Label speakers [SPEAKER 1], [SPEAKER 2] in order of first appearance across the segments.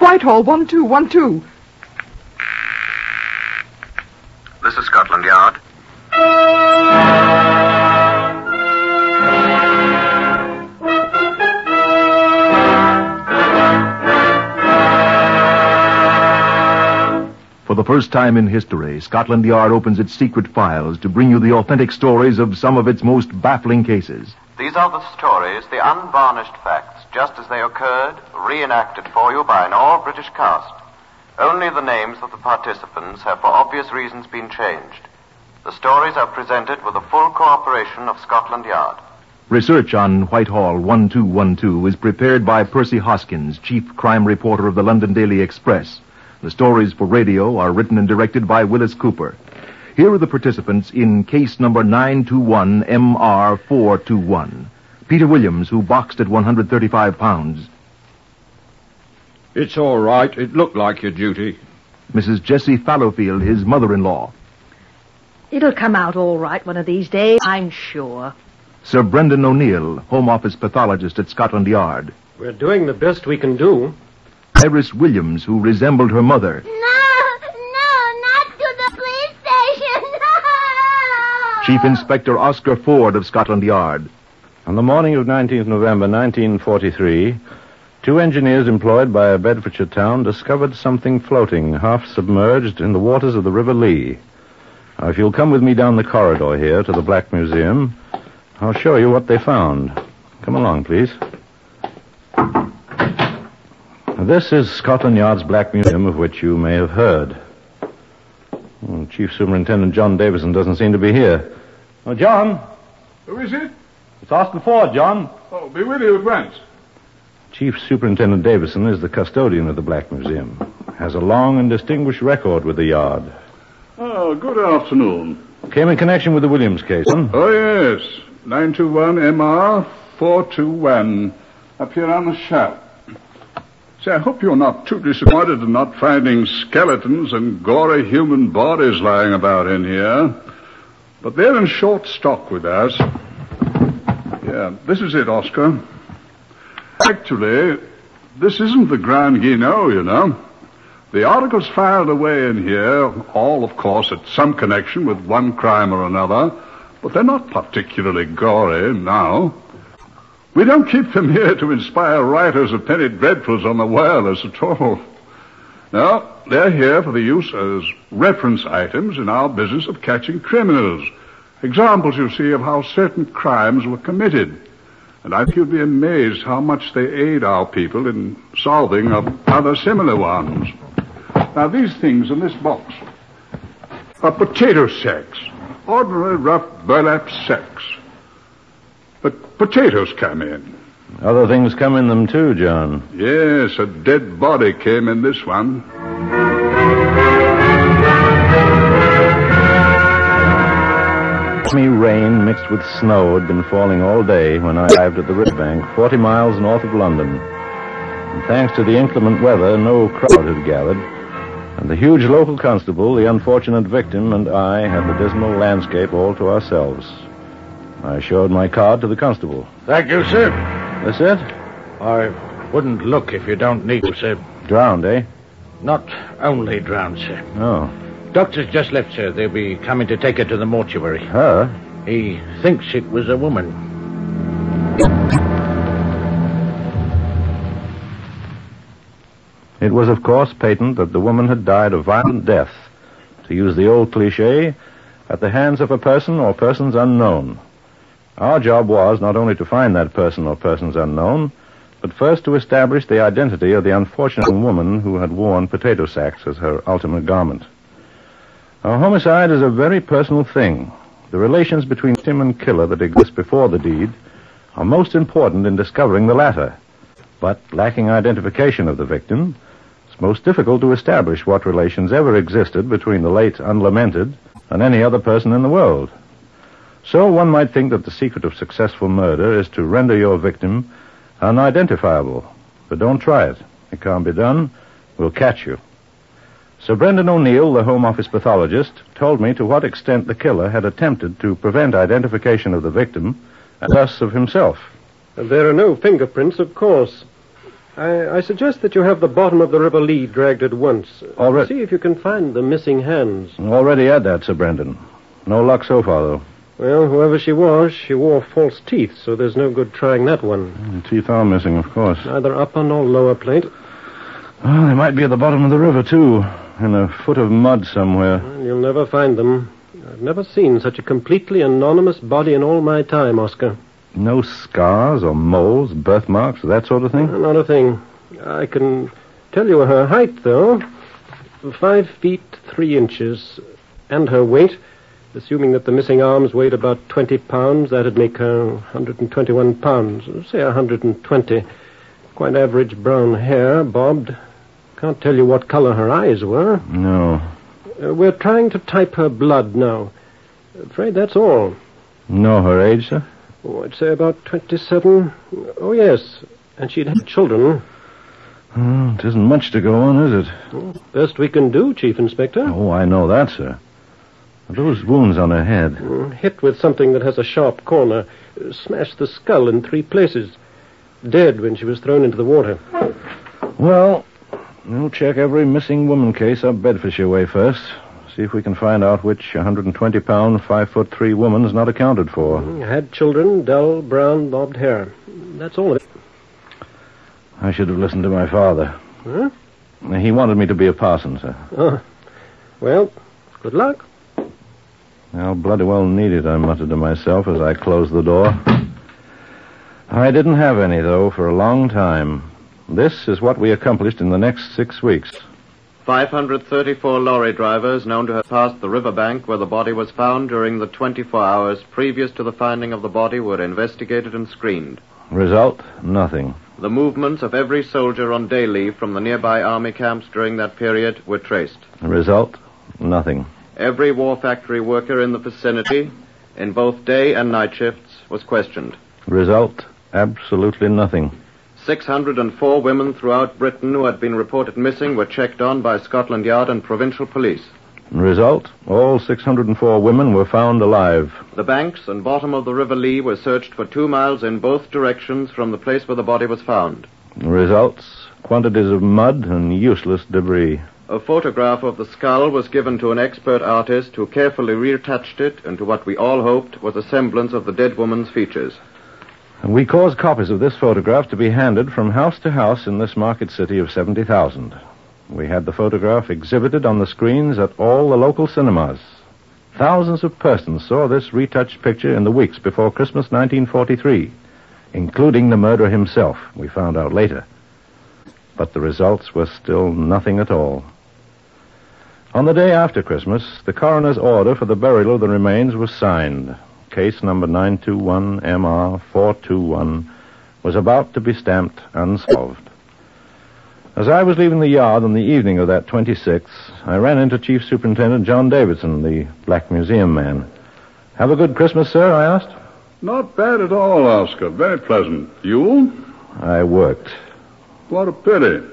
[SPEAKER 1] Whitehall, 1212.
[SPEAKER 2] This is Scotland Yard.
[SPEAKER 3] For the first time in history, Scotland Yard opens its secret files to bring you the authentic stories of some of its most baffling cases.
[SPEAKER 2] These are the stories, the unvarnished facts, just as they occurred, reenacted for you by an all British cast. Only the names of the participants have, for obvious reasons, been changed. The stories are presented with the full cooperation of Scotland Yard.
[SPEAKER 3] Research on Whitehall 1212 is prepared by Percy Hoskins, chief crime reporter of the London Daily Express. The stories for radio are written and directed by Willis Cooper. Here are the participants in case number 921 MR 421. Peter Williams, who boxed at 135 pounds.
[SPEAKER 4] It's all right. It looked like your duty.
[SPEAKER 3] Mrs. Jessie Fallowfield, his mother-in-law.
[SPEAKER 5] It'll come out all right one of these days, I'm sure.
[SPEAKER 3] Sir Brendan O'Neill, Home Office pathologist at Scotland Yard.
[SPEAKER 6] We're doing the best we can do.
[SPEAKER 3] Iris Williams, who resembled her mother.
[SPEAKER 7] No, no, not to the police station. No.
[SPEAKER 3] Chief Inspector Oscar Ford of Scotland Yard.
[SPEAKER 8] On the morning of 19th November 1943, two engineers employed by a Bedfordshire town discovered something floating, half submerged, in the waters of the River Lee. Now, if you'll come with me down the corridor here to the Black Museum, I'll show you what they found. Come along, please. This is Scotland Yard's Black Museum, of which you may have heard. Well, Chief Superintendent John Davison doesn't seem to be here. Oh, John,
[SPEAKER 9] Who is it?
[SPEAKER 8] it's Austin Ford, John.
[SPEAKER 9] Oh, be with you at once.
[SPEAKER 8] Chief Superintendent Davison is the custodian of the Black Museum. Has a long and distinguished record with the Yard.
[SPEAKER 9] Oh, good afternoon.
[SPEAKER 8] Came in connection with the Williams case. Huh?
[SPEAKER 9] Oh, yes. 921 MR 421. Up here on the shelf. Say, I hope you're not too disappointed in not finding skeletons and gory human bodies lying about in here. But they're in short stock with us. Yeah, this is it, Oscar. Actually, this isn't the Grand Guignol, you know. The articles filed away in here, all, of course, at some connection with one crime or another, but they're not particularly gory now. We don't keep them here to inspire writers of penny dreadfuls on the wireless at all. No, they're here for the use as reference items in our business of catching criminals. Examples, you see, of how certain crimes were committed. And I think you'd be amazed how much they aid our people in solving of other similar ones. Now, these things in this box are potato sacks, ordinary rough burlap sacks. But potatoes come in.
[SPEAKER 8] Other things come in them too, John.
[SPEAKER 9] Yes, a dead body came in this one.
[SPEAKER 8] Me rain mixed with snow had been falling all day when I arrived at the riverbank, 40 miles north of London. And thanks to the inclement weather, no crowd had gathered. And the huge local constable, the unfortunate victim, and I had the dismal landscape all to ourselves. I showed my card to the constable.
[SPEAKER 10] Thank you, sir.
[SPEAKER 8] That's it?
[SPEAKER 10] I wouldn't look if you don't need to, sir.
[SPEAKER 8] Drowned, eh?
[SPEAKER 10] Not only drowned, sir.
[SPEAKER 8] Oh.
[SPEAKER 10] Doctor's just left, sir. They'll be coming to take her to the mortuary.
[SPEAKER 8] Her?
[SPEAKER 10] He thinks it was a woman.
[SPEAKER 8] It was, of course, patent that the woman had died a violent death, to use the old cliche, at the hands of a person or persons unknown. Our job was not only to find that person or persons unknown, but first to establish the identity of the unfortunate woman who had worn potato sacks as her ultimate garment. A homicide is a very personal thing. The relations between victim and killer that exist before the deed are most important in discovering the latter. But lacking identification of the victim, it's most difficult to establish what relations ever existed between the late unlamented and any other person in the world. So one might think that the secret of successful murder is to render your victim unidentifiable. But don't try it. It can't be done. We'll catch you. Sir Brendan O'Neill, the Home Office pathologist, told me to what extent the killer had attempted to prevent identification of the victim and thus of himself.
[SPEAKER 6] There are no fingerprints, of course. I, I suggest that you have the bottom of the River Lee dragged at once.
[SPEAKER 8] All right.
[SPEAKER 6] See if you can find the missing hands.
[SPEAKER 8] Already had that, Sir Brandon. No luck so far, though.
[SPEAKER 6] Well, whoever she was, she wore false teeth, so there's no good trying that one.
[SPEAKER 8] The teeth are missing, of course.
[SPEAKER 6] Neither upper nor lower plate.
[SPEAKER 8] Well, Ah, they might be at the bottom of the river, too, in a foot of mud somewhere.
[SPEAKER 6] And you'll never find them. I've never seen such a completely anonymous body in all my time, Oscar.
[SPEAKER 8] No scars or moles, birthmarks, that sort of thing.
[SPEAKER 6] Not a thing. I can tell you her height, though. Five feet three inches. And her weight. Assuming that the missing arms weighed about 20 pounds, that'd make her 121 pounds. Say 120. Quite average brown hair, bobbed. Can't tell you what color her eyes were.
[SPEAKER 8] No.
[SPEAKER 6] Uh, we're trying to type her blood now. Afraid that's all.
[SPEAKER 8] No, her age, sir?
[SPEAKER 6] Oh, I'd say about 27. Oh, yes. And she'd had children.
[SPEAKER 8] Oh, it isn't much to go on, is it?
[SPEAKER 6] Best we can do, Chief Inspector.
[SPEAKER 8] Oh, I know that, sir. Those wounds on her head.
[SPEAKER 6] Mm, Hit with something that has a sharp corner. Uh, Smashed the skull in three places. Dead when she was thrown into the water.
[SPEAKER 8] Well, we'll check every missing woman case up Bedfordshire way first. See if we can find out which 120 pound, 5 foot 3 woman's not accounted for.
[SPEAKER 6] Mm, Had children, dull, brown, bobbed hair. That's all of it.
[SPEAKER 8] I should have listened to my father.
[SPEAKER 6] Huh?
[SPEAKER 8] He wanted me to be a parson, sir.
[SPEAKER 6] Oh. Well, good luck.
[SPEAKER 8] I'll bloody well need it, I muttered to myself as I closed the door. I didn't have any, though, for a long time. This is what we accomplished in the next six weeks.
[SPEAKER 2] 534 lorry drivers known to have passed the riverbank where the body was found during the 24 hours previous to the finding of the body were investigated and screened.
[SPEAKER 8] Result, nothing.
[SPEAKER 2] The movements of every soldier on day leave from the nearby army camps during that period were traced.
[SPEAKER 8] Result, nothing.
[SPEAKER 2] Every war factory worker in the vicinity, in both day and night shifts, was questioned.
[SPEAKER 8] Result, absolutely nothing.
[SPEAKER 2] 604 women throughout Britain who had been reported missing were checked on by Scotland Yard and provincial police.
[SPEAKER 8] Result, all 604 women were found alive.
[SPEAKER 2] The banks and bottom of the River Lee were searched for two miles in both directions from the place where the body was found.
[SPEAKER 8] Results, quantities of mud and useless debris.
[SPEAKER 2] A photograph of the skull was given to an expert artist who carefully reattached it into what we all hoped was a semblance of the dead woman's features.
[SPEAKER 8] And we caused copies of this photograph to be handed from house to house in this market city of 70,000. We had the photograph exhibited on the screens at all the local cinemas. Thousands of persons saw this retouched picture in the weeks before Christmas 1943, including the murderer himself, we found out later. But the results were still nothing at all. On the day after Christmas, the coroner's order for the burial of the remains was signed. Case number 921MR421 was about to be stamped unsolved. As I was leaving the yard on the evening of that 26th, I ran into Chief Superintendent John Davidson, the Black Museum man. Have a good Christmas, sir, I asked.
[SPEAKER 9] Not bad at all, Oscar. Very pleasant. You?
[SPEAKER 8] I worked.
[SPEAKER 9] What a pity.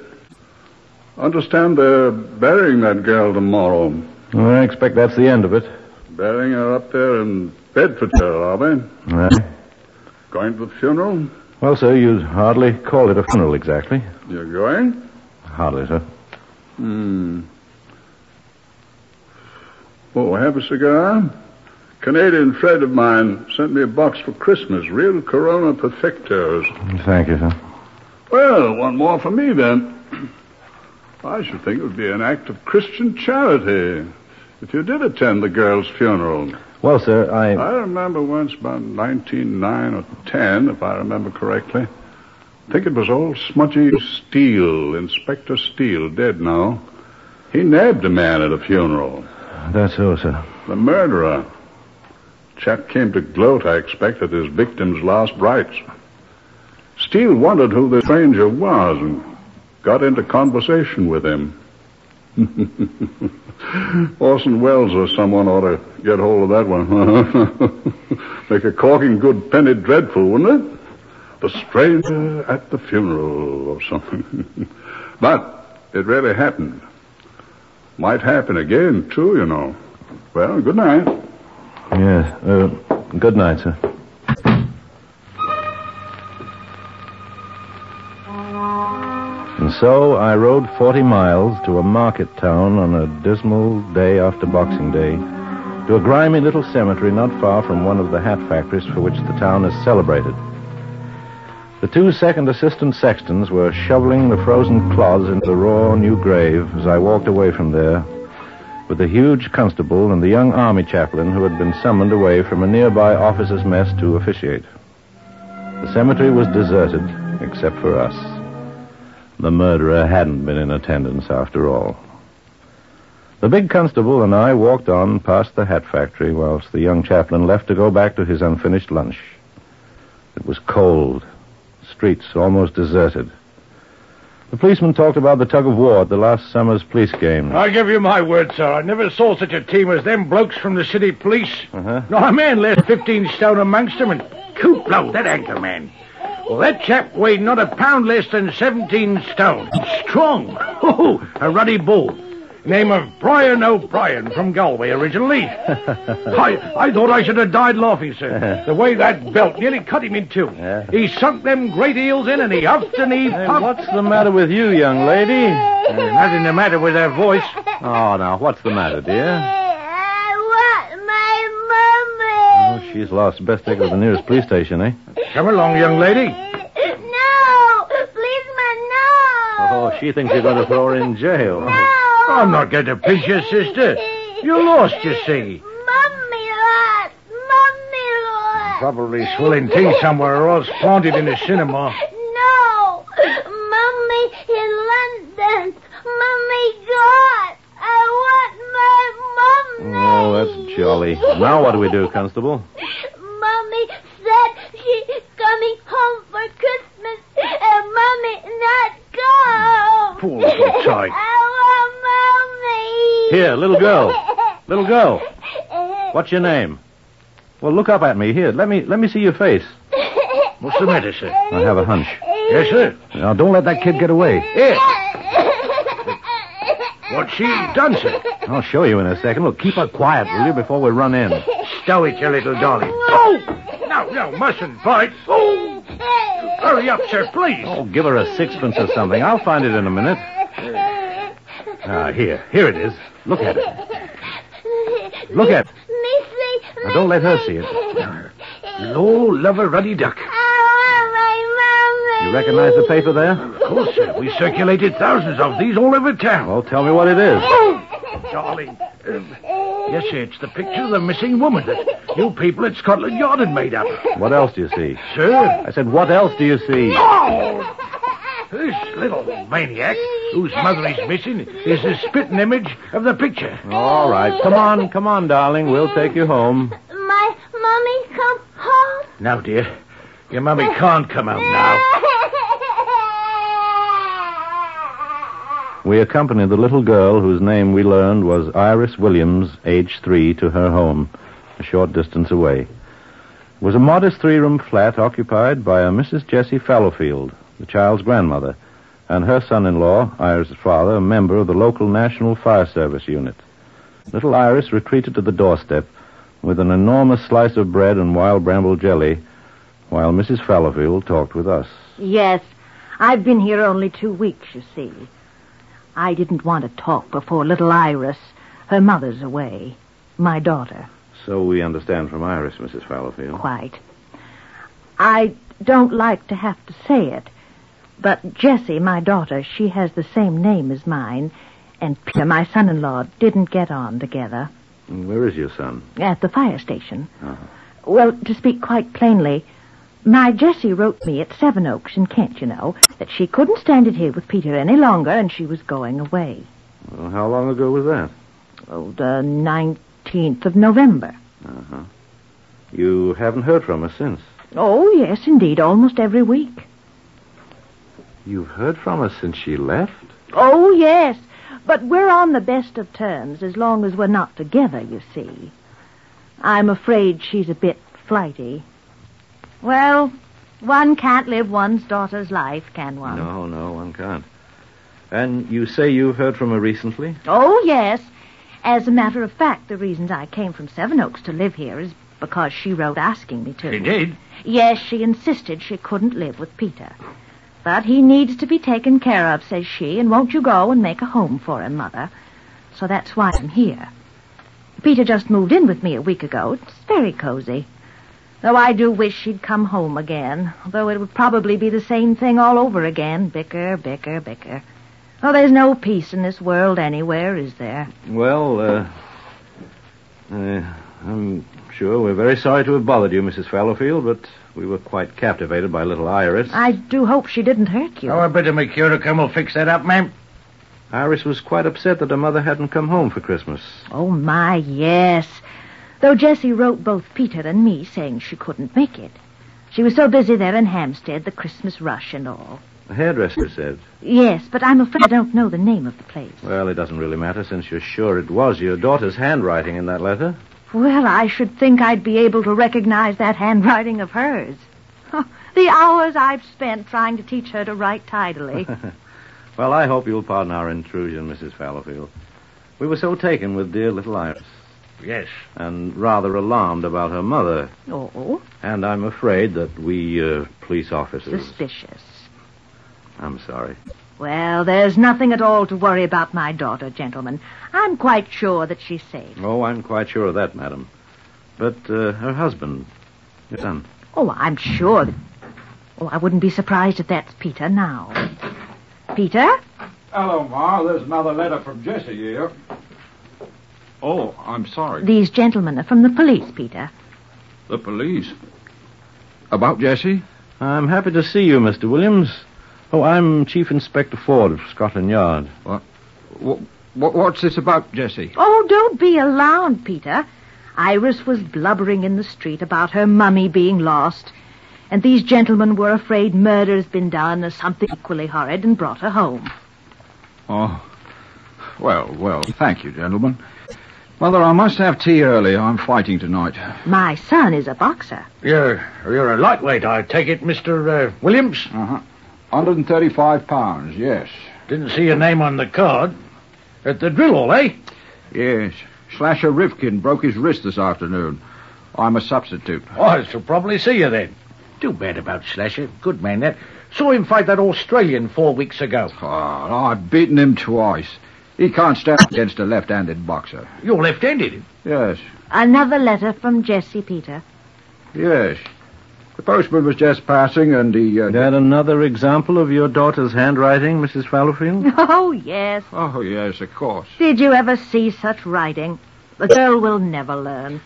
[SPEAKER 9] Understand they're burying that girl tomorrow.
[SPEAKER 8] I expect that's the end of it.
[SPEAKER 9] Burying her up there in Bedfordshire, are they? Going to the funeral?
[SPEAKER 8] Well, sir, you'd hardly call it a funeral exactly.
[SPEAKER 9] You're going?
[SPEAKER 8] Hardly, sir.
[SPEAKER 9] Hmm. Oh, have a cigar? Canadian friend of mine sent me a box for Christmas, real Corona Perfectos.
[SPEAKER 8] Thank you, sir.
[SPEAKER 9] Well, one more for me then. I should think it would be an act of Christian charity if you did attend the girl's funeral.
[SPEAKER 8] Well, sir, I.
[SPEAKER 9] I remember once about 1909 or 10, if I remember correctly. I think it was old Smudgy Steele, Inspector Steele, dead now. He nabbed a man at a funeral,
[SPEAKER 8] That's so, sir.
[SPEAKER 9] the murderer. Chap came to gloat, I expect, at his victim's last rites. Steele wondered who the stranger was and got into conversation with him. Orson Welles or someone ought to get hold of that one. Make a corking good penny dreadful, wouldn't it? The stranger at the funeral or something. but it really happened. Might happen again, too, you know. Well, good night.
[SPEAKER 8] Yes. Uh, good night, sir. And so I rode 40 miles to a market town on a dismal day after Boxing Day, to a grimy little cemetery not far from one of the hat factories for which the town is celebrated. The two second assistant sextons were shoveling the frozen clods into the raw new grave as I walked away from there with the huge constable and the young army chaplain who had been summoned away from a nearby officers' mess to officiate. The cemetery was deserted, except for us. The murderer hadn't been in attendance after all. The big constable and I walked on past the hat factory whilst the young chaplain left to go back to his unfinished lunch. It was cold, streets almost deserted. The policeman talked about the tug of war at the last summer's police game.
[SPEAKER 10] I give you my word, sir. I never saw such a team as them blokes from the city police.
[SPEAKER 8] Uh-huh.
[SPEAKER 10] Not a man less than 15 stone amongst them, and coop blow, that anchor man. Well, that chap weighed not a pound less than 17 stone. Strong. Oh, a ruddy bull. Name of Brian O'Brien from Galway originally. I, I thought I should have died laughing, sir. The way that belt nearly cut him in two.
[SPEAKER 8] Yeah.
[SPEAKER 10] He sunk them great eels in and he huffed and he
[SPEAKER 8] Hey,
[SPEAKER 10] puffed.
[SPEAKER 8] what's the matter with you, young lady?
[SPEAKER 10] Uh, nothing the matter with her voice.
[SPEAKER 8] Oh, now, what's the matter, dear?
[SPEAKER 7] I want my mummy.
[SPEAKER 8] Oh, she's lost. Best take her to the nearest police station, eh?
[SPEAKER 10] Come along, young lady.
[SPEAKER 7] No, policeman, no.
[SPEAKER 8] Oh, she thinks you're going to throw her in jail.
[SPEAKER 7] No.
[SPEAKER 10] I'm not going to pinch your sister. You're lost, you see.
[SPEAKER 7] Mummy lost. Mummy lost.
[SPEAKER 10] Probably swilling tea somewhere or else planted in a cinema.
[SPEAKER 7] No. Mummy in London. Mummy gone. I want my mummy.
[SPEAKER 8] Oh, that's jolly. Now what do we do, Constable?
[SPEAKER 7] Mummy said she's coming home for Christmas, and Mummy not gone.
[SPEAKER 10] Poor little tyke.
[SPEAKER 7] I want Mummy.
[SPEAKER 8] Here, little girl. Little girl. What's your name? Well, look up at me. Here, let me let me see your face.
[SPEAKER 10] What's the matter, sir?
[SPEAKER 8] I have a hunch.
[SPEAKER 10] Yes, sir.
[SPEAKER 8] Now, don't let that kid get away.
[SPEAKER 10] Yes. What she done, sir?
[SPEAKER 8] I'll show you in a second. Look, keep her quiet, will you, before we run in.
[SPEAKER 10] Stow it, you little dolly. Oh! No, no, mustn't bite. Oh! Hurry up, sir, please.
[SPEAKER 8] Oh, give her a sixpence or something. I'll find it in a minute. Ah, here. Here it is. Look at it. Look at it.
[SPEAKER 7] Missy,
[SPEAKER 8] Now, don't let her see it.
[SPEAKER 10] Low lover ruddy duck.
[SPEAKER 7] I want my mummy.
[SPEAKER 8] You recognize the paper there?
[SPEAKER 10] Of course, sir. We circulated thousands of these all over town.
[SPEAKER 8] Well, tell me what it is.
[SPEAKER 10] Darling. um,
[SPEAKER 7] Uh,
[SPEAKER 10] yes, sir, it's the picture of the missing woman that you people at Scotland Yard had made up.
[SPEAKER 8] What else do you see?
[SPEAKER 10] Sir,
[SPEAKER 8] I said, what else do you see?
[SPEAKER 10] Oh. this little maniac whose mother is missing is the spitting image of the picture.
[SPEAKER 8] All right. Come on, come on, darling. We'll take you home.
[SPEAKER 7] My mummy come home.
[SPEAKER 10] Now, dear, your mummy can't come out now.
[SPEAKER 8] We accompanied the little girl whose name we learned was Iris Williams, age three, to her home, a short distance away. It was a modest three room flat occupied by a Mrs. Jessie Fallowfield, the child's grandmother, and her son in law, Iris's father, a member of the local National Fire Service unit. Little Iris retreated to the doorstep with an enormous slice of bread and wild bramble jelly, while Mrs. Fallowfield talked with us.
[SPEAKER 5] Yes, I've been here only two weeks, you see. I didn't want to talk before little Iris. Her mother's away. My daughter,
[SPEAKER 8] So we understand from Iris, Mrs. Fallowfield.
[SPEAKER 5] quite. I don't like to have to say it, but Jessie, my daughter, she has the same name as mine, and Peter, my son-in-law, didn't get on together.
[SPEAKER 8] Where is your son?
[SPEAKER 5] At the fire station.
[SPEAKER 8] Uh-huh.
[SPEAKER 5] Well, to speak quite plainly, my Jessie wrote me at Seven Oaks in Kent, you know, that she couldn't stand it here with Peter any longer and she was going away.
[SPEAKER 8] Well, how long ago was that?
[SPEAKER 5] Oh, the 19th of November.
[SPEAKER 8] Uh-huh. You haven't heard from her since.
[SPEAKER 5] Oh, yes, indeed, almost every week.
[SPEAKER 8] You've heard from her since she left?
[SPEAKER 5] Oh, yes, but we're on the best of terms as long as we're not together, you see. I'm afraid she's a bit flighty. Well, one can't live one's daughter's life, can one?
[SPEAKER 8] No, no, one can't. And you say you've heard from her recently?
[SPEAKER 5] Oh, yes. As a matter of fact, the reasons I came from Seven Oaks to live here is because she wrote asking me to.
[SPEAKER 10] She did.
[SPEAKER 5] Yes, she insisted she couldn't live with Peter. But he needs to be taken care of, says she, and won't you go and make a home for him, Mother? So that's why I'm here. Peter just moved in with me a week ago. It's very cozy. Though I do wish he'd come home again, though it would probably be the same thing all over again. Bicker, bicker, bicker. Oh, there's no peace in this world anywhere, is there?
[SPEAKER 8] Well, uh, uh, I'm sure we're very sorry to have bothered you, Mrs. Fallowfield, but we were quite captivated by little Iris.
[SPEAKER 5] I do hope she didn't hurt you.
[SPEAKER 10] Oh, I bet a Mercura come will fix that up, ma'am.
[SPEAKER 8] Iris was quite upset that her mother hadn't come home for Christmas.
[SPEAKER 5] Oh, my, yes. Though Jessie wrote both Peter and me saying she couldn't make it. She was so busy there in Hampstead, the Christmas rush and all.
[SPEAKER 8] The hairdresser said.
[SPEAKER 5] Yes, but I'm afraid I don't know the name of the place.
[SPEAKER 8] Well, it doesn't really matter since you're sure it was your daughter's handwriting in that letter.
[SPEAKER 5] Well, I should think I'd be able to recognize that handwriting of hers. Oh, the hours I've spent trying to teach her to write tidily.
[SPEAKER 8] Well, I hope you'll pardon our intrusion, Mrs. Fallowfield. We were so taken with dear little Iris
[SPEAKER 10] Yes.
[SPEAKER 8] and rather alarmed about her mother,
[SPEAKER 5] oh,
[SPEAKER 8] and I'm afraid that we uh, police officers.
[SPEAKER 5] suspicious.
[SPEAKER 8] I'm sorry.
[SPEAKER 5] Well, there's nothing at all to worry about my daughter, gentlemen. I'm quite sure that she's safe.
[SPEAKER 8] Oh, I'm quite sure of that, madam. But uh, her husband, your son.
[SPEAKER 5] Oh, I'm sure. that- Oh, I wouldn't be surprised if that's Peter now. Peter?
[SPEAKER 4] Hello, Ma. There's another letter from Jessie here. Oh, I'm sorry.
[SPEAKER 5] These gentlemen are from the police, Peter.
[SPEAKER 4] The police. About Jessie?
[SPEAKER 8] I'm happy to see you, Mr. Williams. Oh, I'm Chief Inspector Ford of Scotland Yard.
[SPEAKER 4] what's this about Jessie?
[SPEAKER 5] Oh, don't be alarmed, Peter. Iris was blubbering in the street about her mummy being lost, and these gentlemen were afraid murder has been done or something equally horrid and brought her home.
[SPEAKER 4] Oh. Well, well, thank you, gentlemen. Mother, I must have tea early. I'm fighting tonight.
[SPEAKER 5] My son is a boxer.
[SPEAKER 10] You're, you're a lightweight, I take it, Mr. Uh, Williams.
[SPEAKER 4] Uh-huh.
[SPEAKER 9] 135 pounds, yes.
[SPEAKER 10] Didn't see your name on the card. At the drill hall, eh?
[SPEAKER 9] Yes. Slasher Rifkin broke his wrist this afternoon. I'm a substitute.
[SPEAKER 10] Oh, I shall probably see you then. Too bad about Slasher. Good man, that. Saw him fight that Australian four weeks ago.
[SPEAKER 9] Ah, I've beaten him twice. He can't stand against a left-handed boxer.
[SPEAKER 10] You're left-handed.
[SPEAKER 9] Yes,
[SPEAKER 5] Another letter from Jessie, Peter.
[SPEAKER 9] yes. The postman was just passing, and he. Uh,
[SPEAKER 8] That another example of your daughter's handwriting, Mrs. Fallowfield?
[SPEAKER 5] Oh, yes.
[SPEAKER 9] Oh yes, of course.
[SPEAKER 5] Did you ever see such writing? The girl will never learn.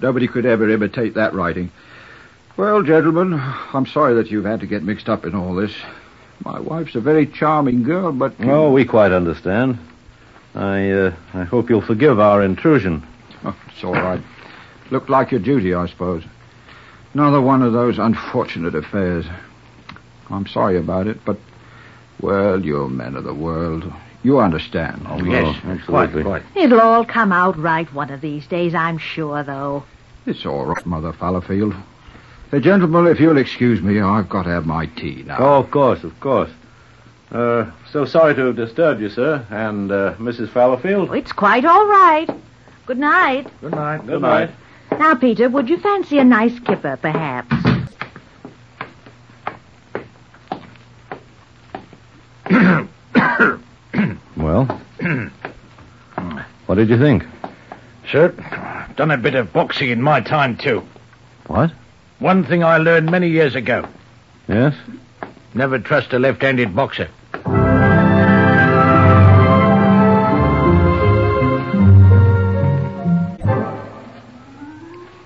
[SPEAKER 9] Nobody could ever imitate that writing. Well, gentlemen, I'm sorry that you've had to get mixed up in all this. My wife's a very charming girl, but
[SPEAKER 8] Oh, we quite understand. I uh, I hope you'll forgive our intrusion.
[SPEAKER 9] Oh, it's all right. Looked like your duty, I suppose. Another one of those unfortunate affairs. I'm sorry about it, but well, you're men of the world. You understand.
[SPEAKER 8] Oh, yes, absolutely.
[SPEAKER 10] Quite, quite.
[SPEAKER 5] It'll all come out right one of these days, I'm sure, though.
[SPEAKER 9] It's all right, Mother Fallowfield. Hey, gentlemen, if you'll excuse me, I've got to have my tea now.
[SPEAKER 8] Oh, of course, of course. Uh, so sorry to have disturbed you, sir, and uh, Mrs. Fallowfield.
[SPEAKER 5] It's quite all right. Good night.
[SPEAKER 10] Good night.
[SPEAKER 8] Good night.
[SPEAKER 5] Now, Peter, would you fancy a nice kipper, perhaps?
[SPEAKER 8] Well, what did you think?
[SPEAKER 10] Sir, done a bit of boxing in my time, too.
[SPEAKER 8] What?
[SPEAKER 10] One thing I learned many years ago.
[SPEAKER 8] Yes.
[SPEAKER 10] Never trust a left-handed boxer.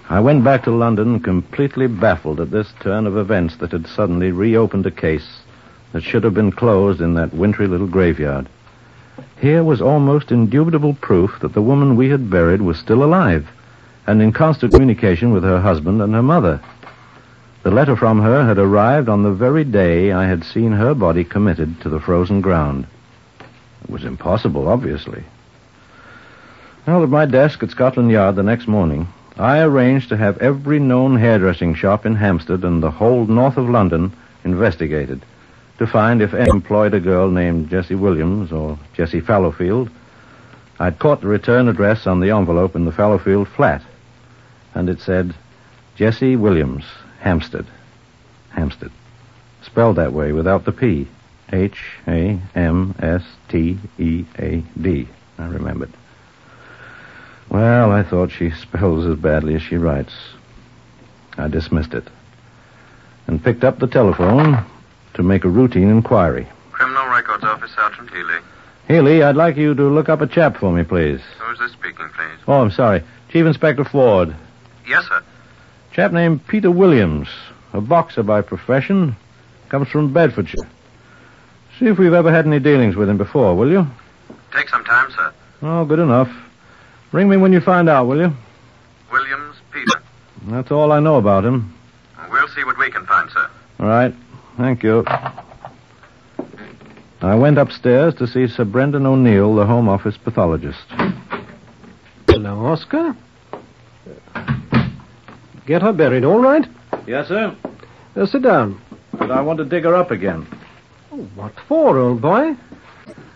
[SPEAKER 8] I went back to London completely baffled at this turn of events that had suddenly reopened a case that should have been closed in that wintry little graveyard. Here was almost indubitable proof that the woman we had buried was still alive and in constant communication with her husband and her mother. The letter from her had arrived on the very day I had seen her body committed to the frozen ground. It was impossible, obviously. Now, at my desk at Scotland Yard the next morning, I arranged to have every known hairdressing shop in Hampstead and the whole north of London investigated to find if any employed a girl named Jessie Williams or Jessie Fallowfield. I'd caught the return address on the envelope in the Fallowfield flat, and it said Jessie Williams, Hampstead. Hampstead. spelled that way without the P. H A M S T E A D. I remembered. Well, I thought she spells as badly as she writes. I dismissed it and picked up the telephone to make a routine inquiry.
[SPEAKER 2] Criminal Records Office, Sergeant Healy.
[SPEAKER 8] Healy, I'd like you to look up a chap for me, please.
[SPEAKER 2] Who's this speaking, please?
[SPEAKER 8] Oh, I'm sorry. Chief Inspector Ford.
[SPEAKER 2] Yes, sir.
[SPEAKER 8] Chap named Peter Williams, a boxer by profession, comes from Bedfordshire. See if we've ever had any dealings with him before, will you?
[SPEAKER 2] Take some time, sir.
[SPEAKER 8] Oh, good enough. Ring me when you find out, will you?
[SPEAKER 2] Williams Peter.
[SPEAKER 8] That's all I know about him.
[SPEAKER 2] We'll see what we can find, sir.
[SPEAKER 8] All right. Thank you. I went upstairs to see Sir Brendan O'Neill, the Home Office pathologist.
[SPEAKER 6] Hello, Oscar. Get her buried, all right?
[SPEAKER 8] Yes, sir.
[SPEAKER 6] Uh, sit down.
[SPEAKER 8] But I want to dig her up again.
[SPEAKER 6] What for, old boy?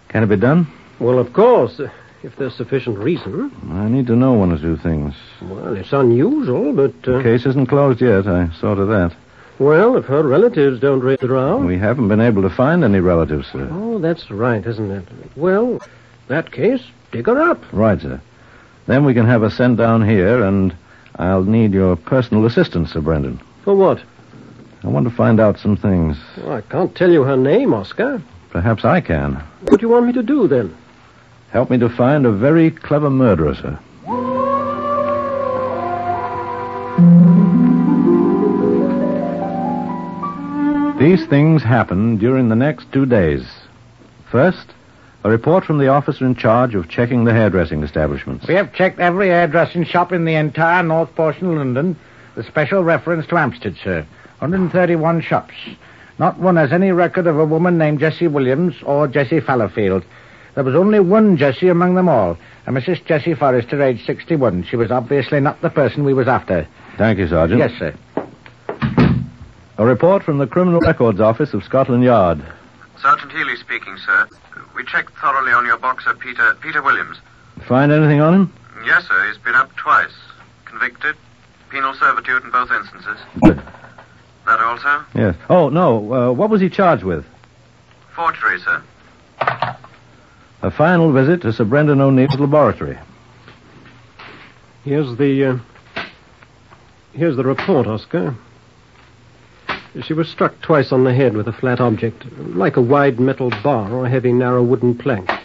[SPEAKER 8] Can it be done?
[SPEAKER 6] Well, of course, uh, if there's sufficient reason.
[SPEAKER 8] I need to know one or two things.
[SPEAKER 6] Well, it's unusual, but. Uh,
[SPEAKER 8] The case isn't closed yet. I saw to that.
[SPEAKER 6] Well, if her relatives don't raise the row.
[SPEAKER 8] We haven't been able to find any relatives, sir.
[SPEAKER 6] Oh, that's right, isn't it? Well, that case, dig her up.
[SPEAKER 8] Right, sir. Then we can have her sent down here, and I'll need your personal assistance, Sir Brendan.
[SPEAKER 6] For what?
[SPEAKER 8] I want to find out some things.
[SPEAKER 6] Well, I can't tell you her name, Oscar.
[SPEAKER 8] Perhaps I can.
[SPEAKER 6] What do you want me to do then?
[SPEAKER 8] Help me to find a very clever murderer, sir. These things happen during the next two days. First, a report from the officer in charge of checking the hairdressing establishments.
[SPEAKER 10] We have checked every hairdressing shop in the entire north portion of London, with special reference to Hampstead, sir. 131 shops. Not one has any record of a woman named Jessie Williams or Jessie Fallowfield. There was only one Jessie among them all, a Mrs. Jessie Forrester, aged 61. She was obviously not the person we was after.
[SPEAKER 8] Thank you, Sergeant.
[SPEAKER 10] Yes, sir.
[SPEAKER 8] A report from the Criminal Records Office of Scotland Yard.
[SPEAKER 2] Sergeant Healy speaking, sir. We checked thoroughly on your boxer, Peter Peter Williams.
[SPEAKER 8] Find anything on him?
[SPEAKER 2] Yes, sir. He's been up twice. Convicted. Penal servitude in both instances.
[SPEAKER 8] Good.
[SPEAKER 2] That also?
[SPEAKER 8] Yes. Oh, no. Uh, what was he charged with?
[SPEAKER 2] Forgery, sir.
[SPEAKER 8] A final visit to Sir Brendan O'Neill's laboratory.
[SPEAKER 6] Here's the. Uh, here's the report, Oscar. She was struck twice on the head with a flat object, like a wide metal bar or a heavy, narrow wooden plank. Uh,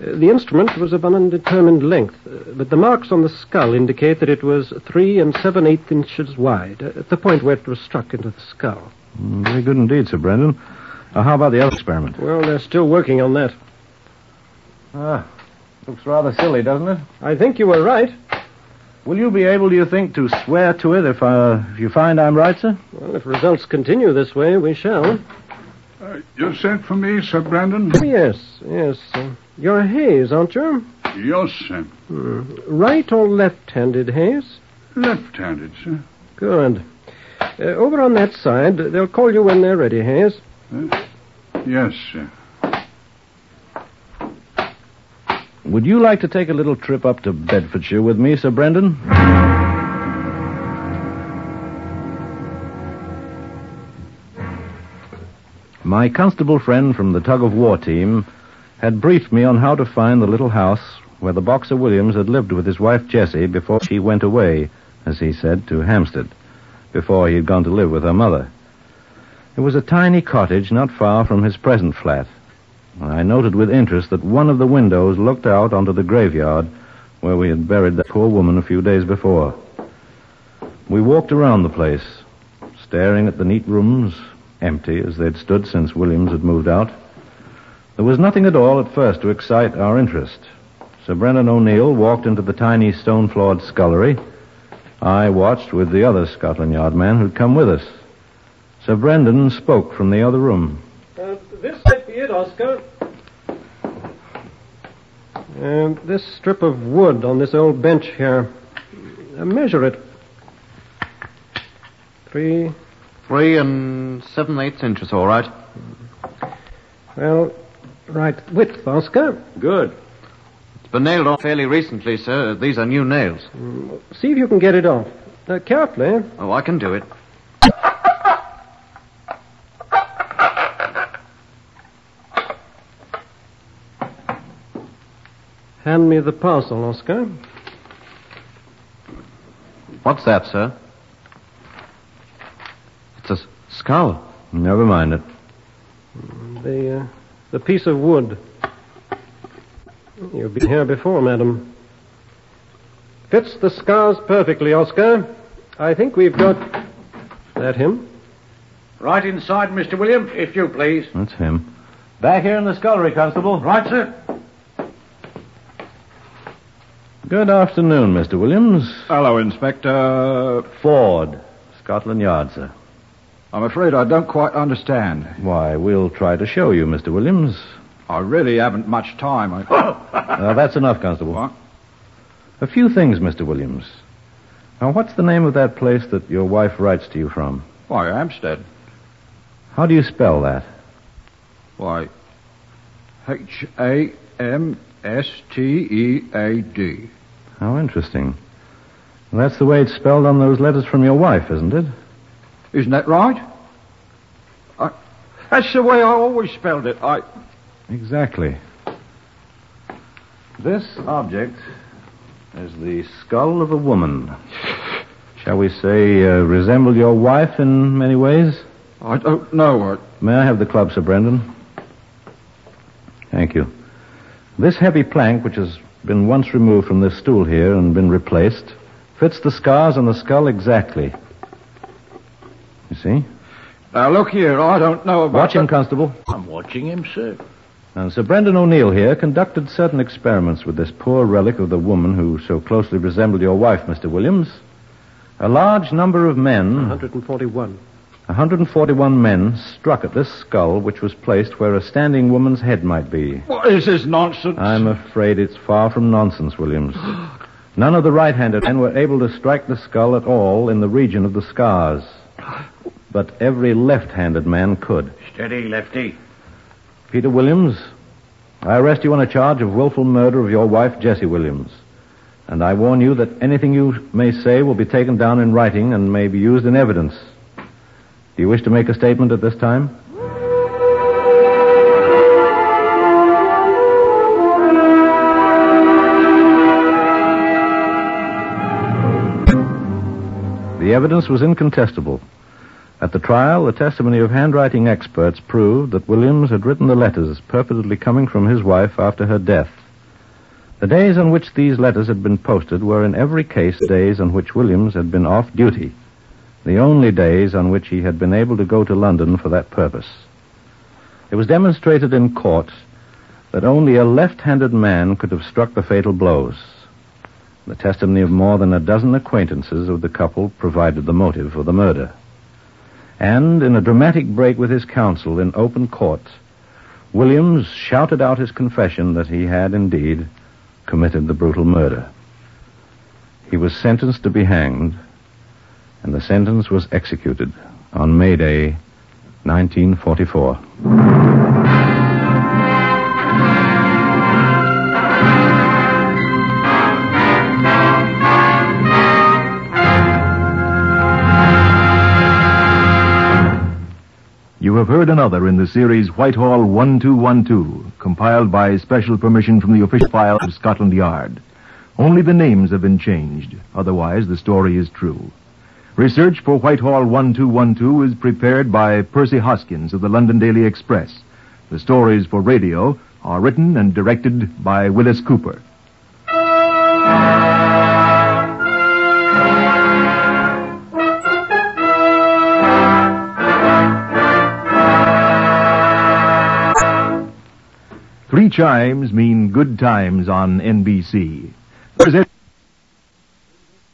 [SPEAKER 6] The instrument was of an undetermined length, uh, but the marks on the skull indicate that it was three and seven eighth inches wide, uh, at the point where it was struck into the skull.
[SPEAKER 8] Mm, Very good indeed, Sir Brendan. Uh, how about the other experiment?
[SPEAKER 6] Well, they're still working on that.
[SPEAKER 8] Ah, looks rather silly, doesn't it?
[SPEAKER 6] I think you were right.
[SPEAKER 8] Will you be able, do you think, to swear to it if, uh, if you find I'm right, sir?
[SPEAKER 6] Well, if results continue this way, we shall.
[SPEAKER 9] Uh, you sent for me, Sir Brandon?
[SPEAKER 6] Oh, yes, yes. uh, you're Hayes, aren't you? Hmm.
[SPEAKER 9] Yes, sir.
[SPEAKER 6] Right or left-handed, Hayes?
[SPEAKER 9] Left-handed, sir.
[SPEAKER 6] Good. Uh, over on that side, they'll call you when they're ready, Hayes.
[SPEAKER 9] Yes, sir.
[SPEAKER 8] Would you like to take a little trip up to Bedfordshire with me, Sir Brendan? My constable friend from the tug of war team had briefed me on how to find the little house where the boxer Williams had lived with his wife Jessie before she went away, as he said, to Hampstead, before he had gone to live with her mother. It was a tiny cottage not far from his present flat. I noted with interest that one of the windows looked out onto the graveyard where we had buried that poor woman a few days before. We walked around the place, staring at the neat rooms, empty as they'd stood since Williams had moved out. There was nothing at all at first to excite our interest. Sir Brendan O'Neill walked into the tiny stone floored scullery. I watched with the other Scotland Yard man who'd come with us. Sir Brendan spoke from the other room.
[SPEAKER 6] Uh, this might be it, Oscar. Uh, this strip of wood on this old bench here. Uh, measure it. Three.
[SPEAKER 2] Three and seven eighths inches, all right.
[SPEAKER 6] Well, right width, Oscar.
[SPEAKER 2] Good. It's been nailed off fairly recently, sir. These are new nails.
[SPEAKER 6] See if you can get it off. Uh, carefully.
[SPEAKER 2] Oh, I can do it.
[SPEAKER 6] Hand me the parcel, Oscar.
[SPEAKER 1] What's that, sir? It's a s- skull.
[SPEAKER 8] Never mind it.
[SPEAKER 6] The, uh, the piece of wood. You've been here before, madam. Fits the scars perfectly, Oscar. I think we've got. That him?
[SPEAKER 10] Right inside, Mr. William, if you please.
[SPEAKER 8] That's him.
[SPEAKER 10] Back here in the scullery, Constable. Right, sir.
[SPEAKER 8] Good afternoon, Mr. Williams.
[SPEAKER 4] Hello, Inspector.
[SPEAKER 8] Ford, Scotland Yard, sir.
[SPEAKER 4] I'm afraid I don't quite understand.
[SPEAKER 8] Why, we'll try to show you, Mr. Williams.
[SPEAKER 4] I really haven't much time. I...
[SPEAKER 8] Now, that's enough, Constable.
[SPEAKER 4] What?
[SPEAKER 8] A few things, Mr. Williams. Now, what's the name of that place that your wife writes to you from?
[SPEAKER 4] Why, Hampstead.
[SPEAKER 8] How do you spell that?
[SPEAKER 4] Why, H A M S T E A D.
[SPEAKER 8] How interesting. That's the way it's spelled on those letters from your wife, isn't it?
[SPEAKER 4] Isn't that right? I... That's the way I always spelled it. I.
[SPEAKER 8] Exactly. This object is the skull of a woman. Shall we say, uh, resembled your wife in many ways?
[SPEAKER 4] I don't know. I...
[SPEAKER 8] May I have the club, Sir Brendan? Thank you. This heavy plank, which has been once removed from this stool here and been replaced, fits the scars on the skull exactly. You see?
[SPEAKER 4] Now, look here. Oh, I don't know about.
[SPEAKER 8] Watch him, Constable.
[SPEAKER 10] I'm watching him, sir.
[SPEAKER 8] And Sir Brendan O'Neill here conducted certain experiments with this poor relic of the woman who so closely resembled your wife, Mr. Williams. A large number of men,
[SPEAKER 10] Uh-huh.
[SPEAKER 6] 141.
[SPEAKER 8] 141 men, struck at this skull, which was placed where a standing woman's head might be.
[SPEAKER 4] What is this nonsense?
[SPEAKER 8] I'm afraid it's far from nonsense, Williams. None of the right-handed men were able to strike the skull at all in the region of the scars. But every left-handed man could.
[SPEAKER 10] Steady, Lefty.
[SPEAKER 8] Peter Williams, I arrest you on a charge of willful murder of your wife, Jessie Williams. And I warn you that anything you may say will be taken down in writing and may be used in evidence. Do you wish to make a statement at this time? The evidence was incontestable. At the trial, the testimony of handwriting experts proved that Williams had written the letters purportedly coming from his wife after her death. The days on which these letters had been posted were in every case days on which Williams had been off duty, the only days on which he had been able to go to London for that purpose. It was demonstrated in court that only a left-handed man could have struck the fatal blows. The testimony of more than a dozen acquaintances of the couple provided the motive for the murder. And in a dramatic break with his counsel in open court, Williams shouted out his confession that he had indeed committed the brutal murder. He was sentenced to be hanged, and the sentence was executed on May Day, 1944.
[SPEAKER 3] You have heard another in the series Whitehall 1212, compiled by special permission from the official file of Scotland Yard. Only the names have been changed, otherwise the story is true. Research for Whitehall 1212 is prepared by Percy Hoskins of the London Daily Express. The stories for radio are written and directed by Willis Cooper. Three chimes mean good times on NBC. Present-